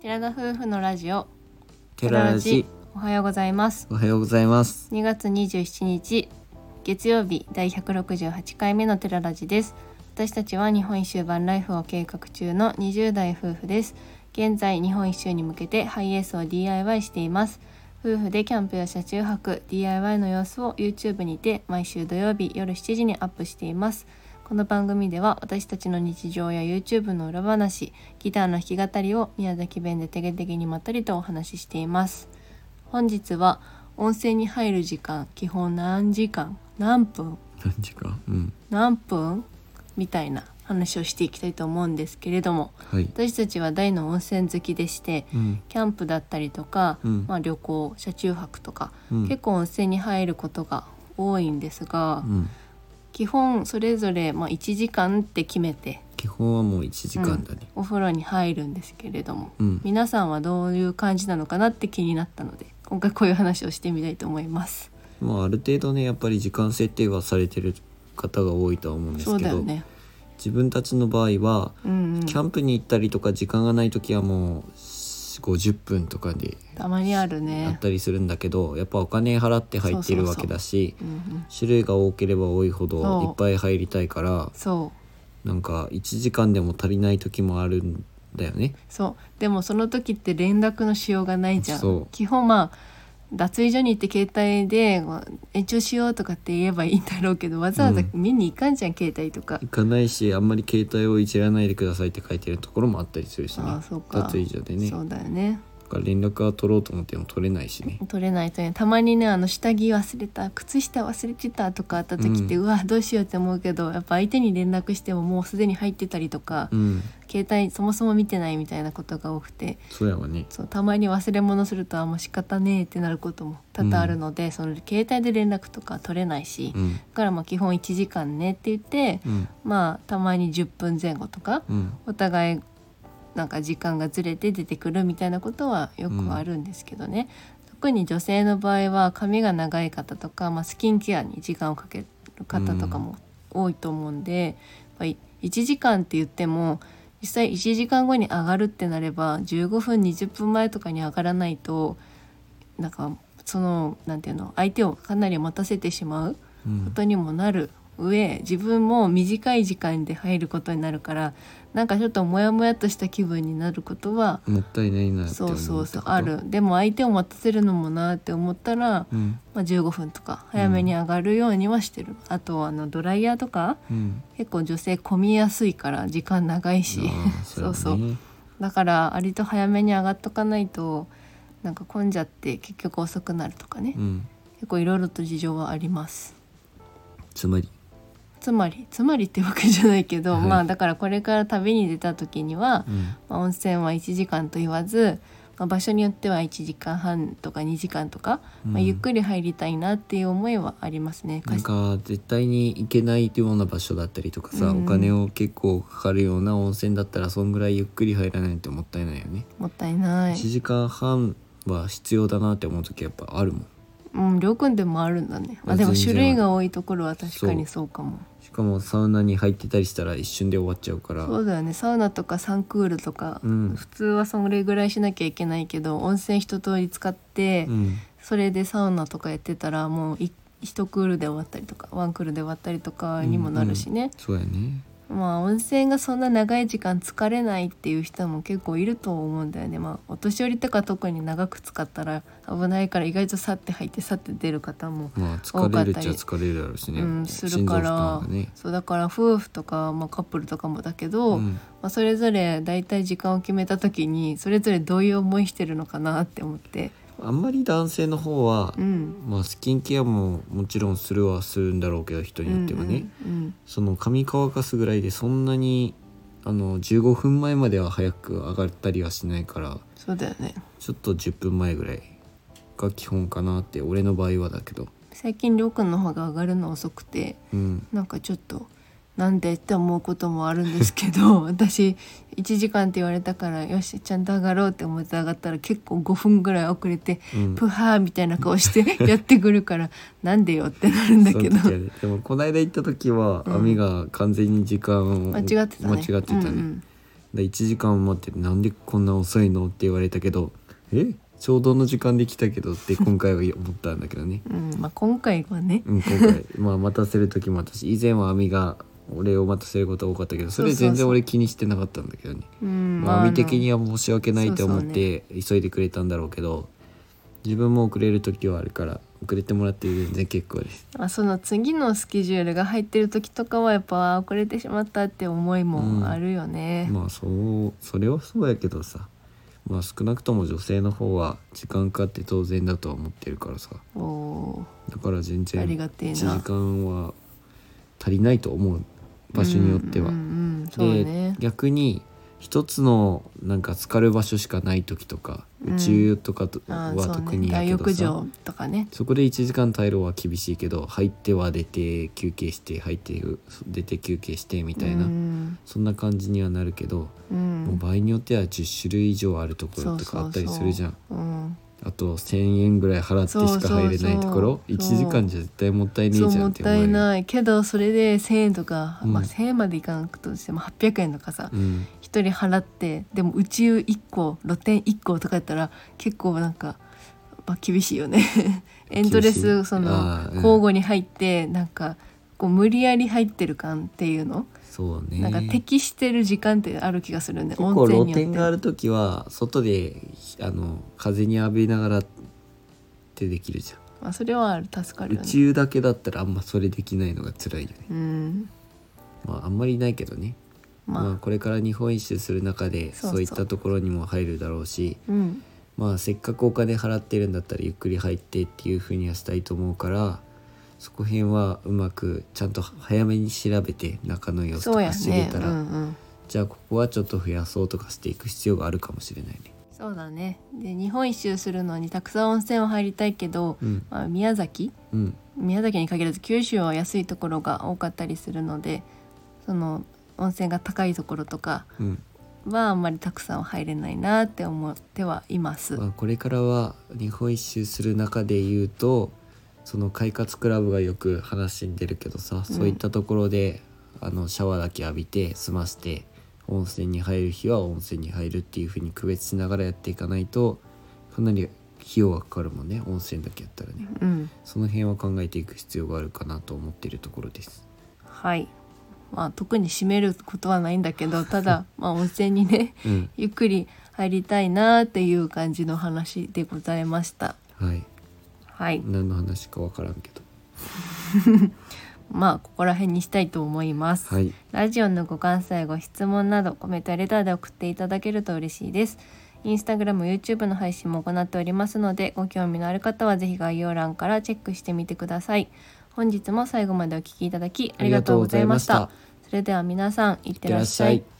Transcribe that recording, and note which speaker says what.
Speaker 1: 寺田夫婦のラジオ
Speaker 2: テララジ
Speaker 1: おはようございます
Speaker 2: おはようございます
Speaker 1: 2月27日月曜日第168回目のテララジです私たちは日本一周バンライフを計画中の20代夫婦です現在日本一周に向けてハイエースを DIY しています夫婦でキャンプや車中泊 DIY の様子を YouTube にて毎週土曜日夜7時にアップしていますこの番組では私たちの日常や YouTube の裏話ギターの弾き語りを宮崎弁でてげてげにまったりとお話ししています本日は温泉に入る時間基本何時間何分
Speaker 2: 何時かうん
Speaker 1: 何分みたいな話をしていきたいと思うんですけれども
Speaker 2: はい
Speaker 1: 私たちは大の温泉好きでして
Speaker 2: うん
Speaker 1: キャンプだったりとか、
Speaker 2: うん
Speaker 1: まあ、旅行車中泊とか、
Speaker 2: うん
Speaker 1: 結構温泉に入ることが多いんですが、
Speaker 2: うん
Speaker 1: 基本それぞれまあ1時間って決めて
Speaker 2: 基本はもう一時間だね
Speaker 1: お風呂に入るんですけれども、
Speaker 2: うん
Speaker 1: 皆さんはどういう感じなのかなって気になったので今回こういう話をしてみたいと思います。
Speaker 2: まあある程度ねやっぱり時間設定はされてる方が多いとは思うんで
Speaker 1: そ
Speaker 2: す
Speaker 1: う
Speaker 2: け
Speaker 1: だよ
Speaker 2: ど
Speaker 1: ね、
Speaker 2: 自分たちの場合は
Speaker 1: うんうん、
Speaker 2: キャンプに行ったりとか時間がない時はもう50分とかで
Speaker 1: たまにある
Speaker 2: あっ
Speaker 1: ね。
Speaker 2: たりするんだけどやっぱお金払って入って
Speaker 1: そ
Speaker 2: る
Speaker 1: うそうそう
Speaker 2: わけだし
Speaker 1: うんうん、
Speaker 2: 種類が多ければ多いほ
Speaker 1: そう
Speaker 2: どいっぱい入りたいから
Speaker 1: そう
Speaker 2: なんか1時間でも足りない時もあるんだよね
Speaker 1: そうでもその時って連絡のしようがないじゃん
Speaker 2: そう
Speaker 1: 基本まあ脱衣所に行って携帯でまあ延長しようとかって言えばいいんだろうけどわざわざ
Speaker 2: うん
Speaker 1: 見に行かんじゃん、携帯とか
Speaker 2: 行かないしあんまり携帯をいじらないでくださいって書いてるところもあったりするしね
Speaker 1: ああそうか
Speaker 2: 脱衣所でね
Speaker 1: そうだよね
Speaker 2: だから連絡は取ろうと思っても取れないしね
Speaker 1: 取れないとねたまにねあの下着忘れた靴下忘れてたとかあった時って、う
Speaker 2: う
Speaker 1: わどうしようって思うけどやっぱ相手に連絡してももうすでに入ってたりとか、
Speaker 2: うん
Speaker 1: 携帯そもそも見てないみたいなことが多くて
Speaker 2: そうやわね
Speaker 1: そうたまに忘れ物するとあもう仕方ねえってなることも多々あるので、その携帯で連絡とか取れないし、
Speaker 2: う
Speaker 1: だ
Speaker 2: ん
Speaker 1: からまあ基本1時間ねって言って、
Speaker 2: うん
Speaker 1: まあたまに10分前後とか、
Speaker 2: うん
Speaker 1: お互いなんか時間がずれて出てくるみたいなことはよくあるんですけどね、特に女性の場合は髪が長い方とか、まあ、スキンケアに時間をかける方とかも多いと思うんで、やっぱり1時間って言っても実際1時間後に上がるってなれば15分20分前とかに上がらないとなんかそのなんていうの相手をかなり待たせてしまう
Speaker 2: う
Speaker 1: こ
Speaker 2: ん
Speaker 1: とにもなる上自分も短い時間で入ることになるからなんかちょっとモヤモヤとした気分になることは
Speaker 2: もったいないなって
Speaker 1: そ
Speaker 2: 思
Speaker 1: う
Speaker 2: った
Speaker 1: そうそうあるでも相手を待たせるのもなって思ったら、
Speaker 2: うん
Speaker 1: まあ、15分とか早めに上がるようにはしてる、あとあのドライヤーとか
Speaker 2: うん
Speaker 1: 結構女性混みやすいから時間長いし
Speaker 2: ああ
Speaker 1: そう
Speaker 2: そ
Speaker 1: そう
Speaker 2: や
Speaker 1: う
Speaker 2: わね
Speaker 1: だから割と早めに上がっとかないとなんか混んじゃって結局遅くなるとかね、
Speaker 2: うん
Speaker 1: 結構いろいろと事情はあります。
Speaker 2: つまり
Speaker 1: つまりつまりってわけじゃないけど、
Speaker 2: はい
Speaker 1: まあだからこれから旅に出た時には、
Speaker 2: うん
Speaker 1: まあ、温泉は1時間と言わず、まあ、場所によっては1時間半とか2時間とか、まあ、
Speaker 2: うん
Speaker 1: ゆっくり入りたいなっていう思いはありますね。
Speaker 2: なんか絶対に行けないような場所だったりとかさ、
Speaker 1: うん
Speaker 2: お金を結構かかるような温泉だったらそんぐらいゆっくり入らないともったいないよね、
Speaker 1: もったいない。
Speaker 2: 1時間半は必要だなって思う時やっぱあるもん
Speaker 1: うん、旅館でもあるんだね。まあ、でも
Speaker 2: 全
Speaker 1: 種
Speaker 2: 然
Speaker 1: 類が多いところは確かにそうかも。
Speaker 2: しかもサウナに入ってたりしたら一瞬で終わっちゃうから
Speaker 1: そうだよね。サウナとかサンクールとか、
Speaker 2: うん
Speaker 1: 普通はそれぐらいしなきゃいけないけど、温泉一通り使って、
Speaker 2: うん
Speaker 1: それでサウナとかやってたらもうい一クールで終わったりとかワンクールで終わったりとかにもなるしね、
Speaker 2: そうやね
Speaker 1: まあ温泉がそんな長い時間疲れないっていう人も結構いると思うんだよねまあお年寄りとか特に長く使ったら危ないから意外とさって入ってさって出る方も、
Speaker 2: まあ疲れるっちゃ
Speaker 1: 多か
Speaker 2: 疲れるだろうしね、
Speaker 1: うん、するか
Speaker 2: 心臓負担
Speaker 1: ら、
Speaker 2: がね
Speaker 1: そうだから夫婦とか、まあ、カップルとかもだけど、
Speaker 2: うん
Speaker 1: まあ、それぞれだいたい時間を決めた時にそれぞれどういう思いしてるのかなって思って。
Speaker 2: あんまり男性の方は、
Speaker 1: うん
Speaker 2: まあ、スキンケアももちろんするはするんだろうけど人によってはね、
Speaker 1: うんうんうん
Speaker 2: その髪乾かすぐらいでそんなにあの15分前までは早く上がったりはしないから
Speaker 1: そうだよね
Speaker 2: ちょっと10分前ぐらいが基本かなって俺の場合はだけど
Speaker 1: 最近りょうくんの方が上がるの遅くて
Speaker 2: うん
Speaker 1: なんかちょっとなんでって思うこともあるんですけ ど私1時間って言われたからよしちゃんと上がろうって思って上がったら結構5分ぐらい遅れて、
Speaker 2: うん
Speaker 1: プハーみたいな顔して やってくるからなんでよってなるんだけど
Speaker 2: その時はねでもこの間行った時は、
Speaker 1: うん
Speaker 2: 網が完全に時間 を
Speaker 1: 間違ってたね
Speaker 2: 間違ってたね
Speaker 1: うんうん
Speaker 2: で1時間待っててなんでこんな遅いのって言われたけどえちょうどの時間で来たけどって今回は思ったんだけ どね
Speaker 1: うんまあ、今回はね
Speaker 2: うん今回まあ待たせる時もあったし以前は亜美が俺を待たせることが多かったけどそれ全然俺気にしてなかったんだけどね
Speaker 1: うん
Speaker 2: まあ、網的に
Speaker 1: は
Speaker 2: は申し訳ないと思って急いでくれたんだろうけど自分も遅れる時はあるから遅れてもらって全然結構です
Speaker 1: あその次のスケジュールが入ってる時とかはやっぱ遅れてしまったって思いもあるよね、
Speaker 2: まあそうそれはそうやけどさまあ少なくとも女性の方は時間かかって当然だとは思ってるからさ
Speaker 1: お
Speaker 2: だから全
Speaker 1: ーあ
Speaker 2: 然
Speaker 1: り
Speaker 2: 1
Speaker 1: がてえ
Speaker 2: 時
Speaker 1: な
Speaker 2: 間は足りないと思う場所によっては
Speaker 1: うんう。んうんそうね
Speaker 2: で逆に一つのなんか浸かる場所しかない時とか、
Speaker 1: うん
Speaker 2: 宇宙とかと
Speaker 1: あ
Speaker 2: は
Speaker 1: ーそう
Speaker 2: 特
Speaker 1: ね
Speaker 2: にや
Speaker 1: 大
Speaker 2: けど
Speaker 1: 浴
Speaker 2: さ、
Speaker 1: 場とかね
Speaker 2: そこで1時間耐えるは厳しいけど入っては出て休憩して入って出て休憩してみたいな、
Speaker 1: うん
Speaker 2: そんな感じにはなるけど、
Speaker 1: う
Speaker 2: もうん場合によっては10種類以上あるところとかあったりするじゃん
Speaker 1: そうそうそううん
Speaker 2: あと1,000円ぐらい払ってしか入れないところ
Speaker 1: そうそうそう
Speaker 2: 1時間じゃ絶対もったいね
Speaker 1: そ
Speaker 2: え
Speaker 1: う
Speaker 2: じゃ
Speaker 1: も
Speaker 2: ん
Speaker 1: っ
Speaker 2: って
Speaker 1: た
Speaker 2: 思え
Speaker 1: い
Speaker 2: る。
Speaker 1: ないけどそれで1,000円とか、
Speaker 2: うん
Speaker 1: まあ、1,000円までいかなくとしても800円とかさ
Speaker 2: うん
Speaker 1: 一人払ってでも宇宙1個露店1個とかやったら結構なんか、まあ、厳しいよ ねエントレ
Speaker 2: 厳し
Speaker 1: ス
Speaker 2: い
Speaker 1: そ
Speaker 2: あ
Speaker 1: の
Speaker 2: ーうん
Speaker 1: 交互に入ってなんかこう無理やり入ってる感っていうの、
Speaker 2: そうね
Speaker 1: なんか適してる時間ってある気がするね
Speaker 2: 結構露
Speaker 1: に
Speaker 2: 店がある時は外であの風に浴びながらってできるじゃん、
Speaker 1: まあ、それは助かる
Speaker 2: 宇
Speaker 1: よね。
Speaker 2: 宙だけだったらあんまそれできないのが辛いよね
Speaker 1: うん
Speaker 2: まあ、あんまりないけどね、まあ
Speaker 1: まあ
Speaker 2: これから日本一周する中
Speaker 1: そう
Speaker 2: で
Speaker 1: そう
Speaker 2: そういったところにも入るだろうし
Speaker 1: うん
Speaker 2: まあ、せっかくお金払ってるんだったらゆっくり入ってっていうふうにはしたいと思うからそこ辺はうまくちゃんと早めに調べて中の様子と
Speaker 1: そうや
Speaker 2: か知れ
Speaker 1: ね、う
Speaker 2: た
Speaker 1: ん
Speaker 2: ら、
Speaker 1: うん、
Speaker 2: じゃあここはちょっと増やそうとかしていく必要があるかもしれないね。
Speaker 1: そうだねで日本一周するのにたくさん温泉は入りたいけど、
Speaker 2: うん
Speaker 1: まあ、宮崎
Speaker 2: うん
Speaker 1: 宮崎に限らず九州は安いところが多かったりするのでその温泉が高いところとか
Speaker 2: うん
Speaker 1: はあんまりたくさんは入れないなって思ってはいます。
Speaker 2: まあ、これからは日本一周する中で言うとその快活クラブがよく話に出るけどさ、そういったところであのシャワーだけ浴びて済ませて温泉に入る日は温泉に入るっていう風に区別しながらやっていかないとかなり費用がかかるもんね温泉だけやったらね
Speaker 1: うん、
Speaker 2: その辺は考えていく必要があるかなと思っているところです
Speaker 1: はいまあ、特に閉めることはないんだけどただまあ温泉にね
Speaker 2: うん
Speaker 1: ゆっくり入りたいなっていう感じの話でございました。
Speaker 2: はい
Speaker 1: はい、
Speaker 2: 何の話かわからんけど
Speaker 1: まあここら辺にしたいと思います。
Speaker 2: はい
Speaker 1: ラジオのご感想やご質問などコメントやレターで送っていただけると嬉しいです。インスタグラム、YouTube の配信も行っておりますので、ご興味のある方はぜひ概要欄からチェックしてみてください。本日も最後までお聞きいただきありがとうございました。
Speaker 2: ありがとうございま
Speaker 1: それでは皆さん、いってらっしゃい
Speaker 2: いって。らっしゃい